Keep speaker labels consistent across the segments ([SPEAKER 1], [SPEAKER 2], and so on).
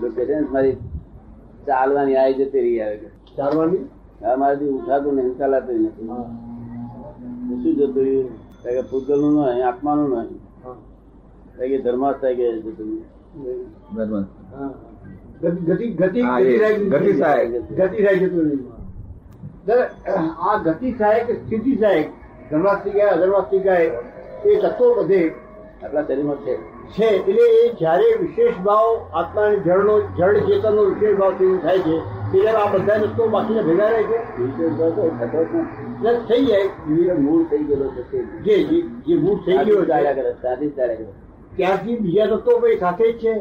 [SPEAKER 1] દુઃખે છે ને મારી ચાલવાની આય જતી રહી આવે કે
[SPEAKER 2] ચાલવાની
[SPEAKER 1] હવે મારાથી ઉઠાતું નહીં ચલાતું નથી
[SPEAKER 2] હા.
[SPEAKER 1] તો શું જતું રહ્યું તો કે ભૂતગલનું નહીં આત્માનું નહીં
[SPEAKER 2] હા.
[SPEAKER 1] તો કે ધર્માસ્થાય કે જતું રહ્યું.
[SPEAKER 3] બરાબર.
[SPEAKER 2] હા. ગતિ- ગતિ- ગતિ-
[SPEAKER 3] હા, એ
[SPEAKER 2] ગતિદાયક
[SPEAKER 3] ગતિ સહાયક.
[SPEAKER 2] ગતિદાયક જતું રહ્યું. દાદા, આ ગતિ સહાયક કે સ્થિતિ સહાયક ધર્માસ્તી ગાય અધર્માસ્તી ગાય એ તત્વો બધે
[SPEAKER 1] આપણા શરીરમાં છે
[SPEAKER 2] છે એટલે એ જ્યારે વિશેષ ભાવ આત્માની જળનો જળ ચેતનનો વિશેષ ભાવ તેવું થાય છે ત્યારે આ બધા રસ્તો બાકીના ભેગા રહે છે
[SPEAKER 1] વિશેષ ભાવ તો એ થતો જ નથી.
[SPEAKER 2] એટલે થઈ જાય
[SPEAKER 1] એ મૂળ થઈ ગયેલો છે તે.
[SPEAKER 2] જે જે- જે મૂળ થઈ ગયો
[SPEAKER 1] ત્યાંથી ચાલ્યા
[SPEAKER 2] છે
[SPEAKER 1] કરે ત્યાંથી જ ચાલ્યા કરે
[SPEAKER 2] ત્યારથી બીજા તત્વો ભાઈ સાથે જ છે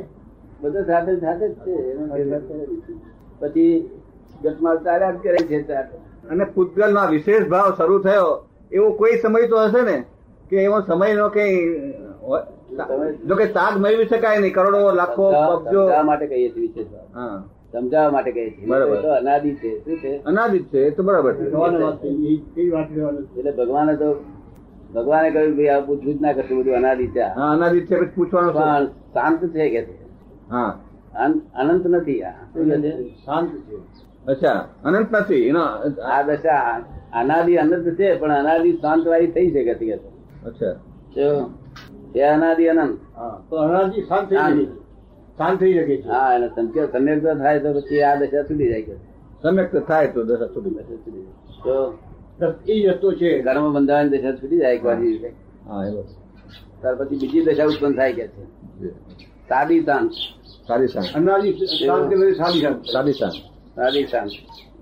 [SPEAKER 1] બધું સાથે સાથે જ છે એનો ફેરફાર કરે નથી. પછી ગતમાલ ચાલ્યા જ કરે છે ત્યારે.
[SPEAKER 3] અને પૂતગલમાં વિશેષ ભાવ શરૂ થયો એવો કોઈ સમય તો હશે ને કે એવો સમયનો કઈ હોય-
[SPEAKER 1] સમય-
[SPEAKER 3] જો કે તાગ મેળવી શકાય નહીં કરોડો લાખો
[SPEAKER 1] સમજાવ-
[SPEAKER 3] પગજો
[SPEAKER 1] સમજાવવા માટે કહીએ છીએ વિશેષ ભાવ.
[SPEAKER 3] હા
[SPEAKER 1] સમજાવવા માટે કહીએ છીએ
[SPEAKER 3] બરાબર.
[SPEAKER 1] એ તો અનાદિ છે શું છે
[SPEAKER 3] અનાદિત છે એ તો બરાબર છે
[SPEAKER 2] રહેવાની વાત થઈ. એ- એ વાત રહેવાની.
[SPEAKER 1] એટલે ભગવાને તો ભગવાને કહ્યું ભાઈ આ પૂછવું જ ના કરતું બધું અનાદિ છે આ.
[SPEAKER 3] હા અનાદિત છે પછી પૂછવાનું શું?
[SPEAKER 1] પણ શાંત છે કે છે
[SPEAKER 3] હા
[SPEAKER 1] અન- અનંત નથી આ શું કહે છે?
[SPEAKER 2] શાંત છે
[SPEAKER 3] અચ્છા અનંત નથી એનો
[SPEAKER 1] આ દશા અનાદિ અનંત છે પણ અનાદિ શાંત વાળી થઈ શકે છે કે છે.
[SPEAKER 3] અચ્છા
[SPEAKER 1] જો એ અનાદિ અનંત
[SPEAKER 2] હા તો અનાજી શાંત થઈ
[SPEAKER 1] શાંત.
[SPEAKER 2] શકે છે. શાંત થઈ શકે છે
[SPEAKER 1] હા એટલે સંકેત સમ્યક જો થાય તો પછી આ દશા છૂટી જાય કે છે.
[SPEAKER 3] સમ્યક તો થાય તો દશા છૂટી જાય.
[SPEAKER 1] દશા છૂટી જાય. તો
[SPEAKER 2] બસ એ રસ્તો છે
[SPEAKER 1] કર્મ બંધારણ દશા છૂટી જાય એક વાર રીતે.
[SPEAKER 3] હા એવો
[SPEAKER 1] ત્યાર પછી બીજી દશા ઉત્પન્ન થાય કે છે
[SPEAKER 3] છે.
[SPEAKER 1] સાદી શાંત
[SPEAKER 3] સારી સાંજ
[SPEAKER 2] અનાજી શાંત કે બધી સારી શાંત
[SPEAKER 3] સારી સાંજ
[SPEAKER 1] સાદી શાંત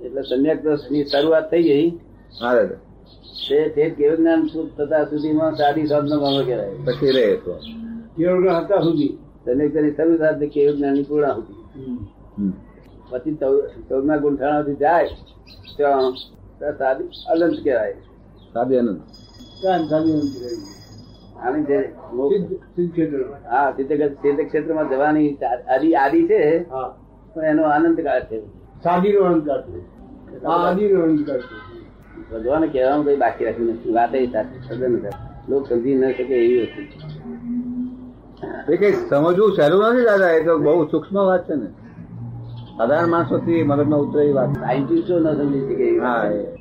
[SPEAKER 1] એટલે સમ્યક દોષની શરૂઆત થઈ ગઈ
[SPEAKER 3] હા દાદા.
[SPEAKER 1] તે તે કેવ જ્ઞાન શુદ્ધ થતા સુધીમાં સાદી શાંતનો ભાવ કહેવાય
[SPEAKER 3] પછી રહે તો
[SPEAKER 2] તેઓના હતા સુધી
[SPEAKER 1] સમ્યકની શરૂઆત તે કેવ જ્ઞાનની પૂર્ણાહુતિ
[SPEAKER 3] હમ.
[SPEAKER 1] પછી ચૌદ- ચૌદના ગુંઠાણાથી જાય ત્યાં ત્યાં સાદી અનંત કહેવાય
[SPEAKER 3] સાદી અનંત
[SPEAKER 2] ત્યાં સારી શાંતિ રહી.
[SPEAKER 1] આની જે મોક્ષ-
[SPEAKER 2] સિદ્ધ- સિદ્ધ ક્ષેત્ર.
[SPEAKER 1] હા સિદ્ધગત સિદ્ધ ક્ષેત્રમાં જવાની આદિ આદિ છે
[SPEAKER 2] હા
[SPEAKER 1] પણ એનો આનંદ કાળ છે
[SPEAKER 2] સાદીનો અહંકાર છે આ આદિનો અહંકાર છે
[SPEAKER 1] ભગવાને કહેવાનું કઈ બાકી રાખ્યું નથી વાત એ સાચી સદન સાચી. લોક સમજી ન શકે એવી વસ્તુ છે.
[SPEAKER 3] એ કઈ સમજવું સહેલું નથી દાદા એ તો બહુ સૂક્ષ્મ વાત છે ને સાધારણ માણસોથી મગજમાં ઉતરે એ વાત
[SPEAKER 1] સાયન્ટિસ્ટો ન સમજી શકે એવી
[SPEAKER 3] હા
[SPEAKER 1] વાત
[SPEAKER 3] એ.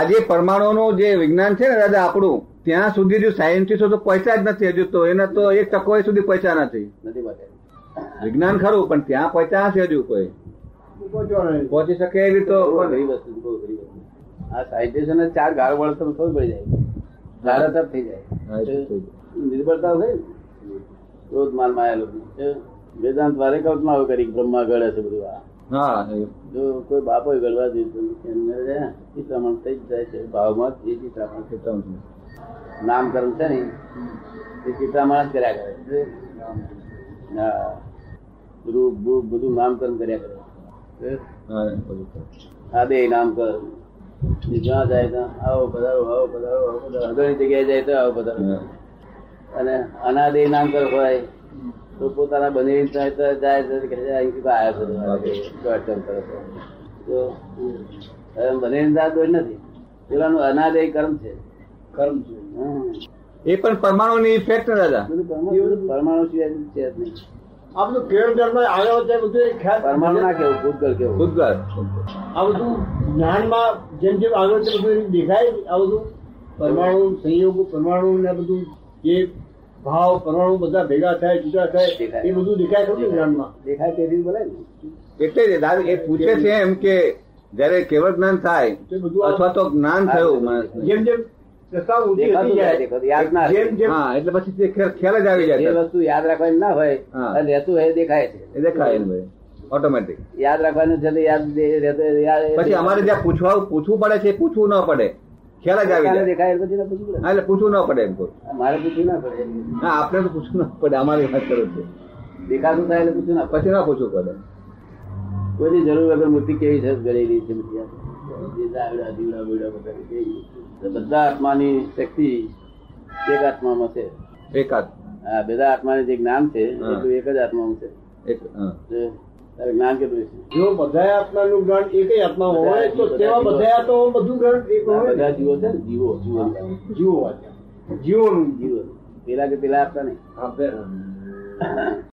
[SPEAKER 3] આજે પરમાણુનું જે વિજ્ઞાન છે ને દાદા આપણું ત્યાં સુધી જો સાયન્ટિસ્ટો તો પહોંચ્યા જ નથી હજુ તો એને તો એક ટકો સુધી પહોંચ્યા નથી
[SPEAKER 1] નથી પહોંચાડી.
[SPEAKER 3] વિજ્ઞાન ખરું પણ ત્યાં પહોંચ્યા નથી હજુ કોઈ
[SPEAKER 2] પહોંચવાનો નહીં.
[SPEAKER 3] પહોંચી શકે એવી તો
[SPEAKER 1] બહુ ઘણી વસ્તુ છે, બહુ ઘણી વસ્તુ છે. આ સાયન્ટિસ્ટોને ચાર ગાળ વળે તો ખબર પડી જાય ગાળા તરફ થઈ
[SPEAKER 3] હા, એ તો થઈ
[SPEAKER 1] જાય નિર્ભરતા હોય ને. ક્રોધ માન માયા લોભની. વેદાંત વારે કલ્પનાઓ કરી કે બ્રહ્મા ગળે છે બધું આ
[SPEAKER 3] હા એ.
[SPEAKER 1] જો કોઈ બાપો ગળવા દીધું નથી, અંદર રહ્યા, ચિત્રામણ થઈ જ જાય છે ભાવમાં જ એ ચિત્રામણ છે. નામકરણ છે ને એ ચિત્રામણ જ કર્યા કરે છે. હા. રૂપ બૂપ બધું નામકરણ કર્યા કરે છે.
[SPEAKER 3] હા, એ બધું ખરું.
[SPEAKER 1] આ બે નામકરણ જે જ્યાં જાય ત્યાં આવો પધારો આવો પધારો આવો પધારો અગણી જગ્યાએ જાય તો આવો પધારો
[SPEAKER 3] હા.
[SPEAKER 1] અને અનાદે નામકરણ હોય તો પોતાના બનેલી થાય તો જાય તો કહે છે, અહીંથી તો આવ્યા છે દોડધામ કરો છો. તો હવે બનેલી થાય દોડ નથી પેલાનું અનાદે કર્મ છે
[SPEAKER 2] કર્મ છે
[SPEAKER 1] હમ.
[SPEAKER 3] એ પણ પરમાણુની ઇફેક્ટ ને દાદા
[SPEAKER 1] બધું પરમાણુ પરમાણુ સિવાય બીજું છે જ નહીં
[SPEAKER 2] આ બધું કેવળ ધર્મમાં આવ્યા હતા બધું એક ખ્યાલ-
[SPEAKER 1] પરમાણુ ના કેવું ભૂતગળ કેવું
[SPEAKER 3] ભૂતગળ
[SPEAKER 2] આ બધું જ્ઞાનમાં જેમ જેમ આગળ છે બધું એમ દેખાય જ આ બધું પરમાણુ સંયોગો પરમાણુ ને બધું જે ભાવ પરમાણુ બધા ભેગા થાય જુદા થાય
[SPEAKER 1] દેખાય.
[SPEAKER 2] એ બધું દેખાય ખરું ને જ્ઞાનમાં
[SPEAKER 1] દેખાય તેથી બોલે ને
[SPEAKER 3] એટલે જ દાદા એ પૂછે છે એમ કે જયારે કેવળ જ્ઞાન થાય
[SPEAKER 2] તો એ બધું આ-
[SPEAKER 3] અથવા તો જ્ઞાન થયું માણસને
[SPEAKER 2] જેમ જેમ પ્રસ્તાવ ઊંચી
[SPEAKER 1] દેખાતું
[SPEAKER 2] થતી
[SPEAKER 1] જાય, દેખાતું. યાદ ના
[SPEAKER 2] જાય
[SPEAKER 1] રહે.
[SPEAKER 2] જેમ જેમ
[SPEAKER 3] હા એટલે પછી તે ખ્યાલ ખ્યાલ જ આવી
[SPEAKER 1] જે
[SPEAKER 3] જાય
[SPEAKER 1] વસ્તુ યાદ રાખવાની ના હોય
[SPEAKER 3] હા.
[SPEAKER 1] અને રહેતું હોય એ દેખાય છે
[SPEAKER 3] એ દેખાય એને ભાઈ ઓટોમેટિક
[SPEAKER 1] યાદ રાખવાનું છે તો યાદ દે- રહેતું- યાદ-
[SPEAKER 3] પછી અમારે જ્યાં પૂછવા પૂછવું પડે છે એ પૂછવું ન પડે ખ્યાલ જ આવી
[SPEAKER 1] પોતાને
[SPEAKER 3] જાય
[SPEAKER 1] દેખાય એટલે પછી ના પૂછવું પડે.
[SPEAKER 3] હા એટલે પૂછવું ન પડે એમ કહું
[SPEAKER 1] મારે પૂછવું ના પડે
[SPEAKER 3] હા આપણે તો પૂછવું ન પડે અમારી વાત કરું છું
[SPEAKER 1] દેખાતું થાય એટલે પૂછવું ના પડે
[SPEAKER 3] પછી ના પૂછવું પડે
[SPEAKER 1] કોઈની જરૂર વગર મૂર્તિ કેવી છે ગળેલી છે મૂર્તિ આ. જે દાવડા, દીવડા, બોયડા વગેરે કેવી. તો બધા આત્માની શક્તિ એક આત્મામાં છે
[SPEAKER 3] એકાદ
[SPEAKER 1] આ બધા આત્માને જે જ્ઞાન છે
[SPEAKER 3] હા.
[SPEAKER 1] એટલું એક જ આત્મામાં છે
[SPEAKER 3] એક હા.
[SPEAKER 1] તો તારે જ્ઞાન કેટલું છે
[SPEAKER 2] જો બધા આત્માનું જ્ઞાન એક જ આત્મા હોય તો
[SPEAKER 1] બધા
[SPEAKER 2] તેવા
[SPEAKER 1] જીવો.
[SPEAKER 2] બધા આત્માઓમાં બધું જ્ઞાન એક
[SPEAKER 1] આ બધા
[SPEAKER 2] હોય
[SPEAKER 1] જીવો છે ને જીવો જીવો
[SPEAKER 2] જીવો જીવોનું
[SPEAKER 1] જીવો પેલા કે પેલા આપતા નહીં
[SPEAKER 2] આપણે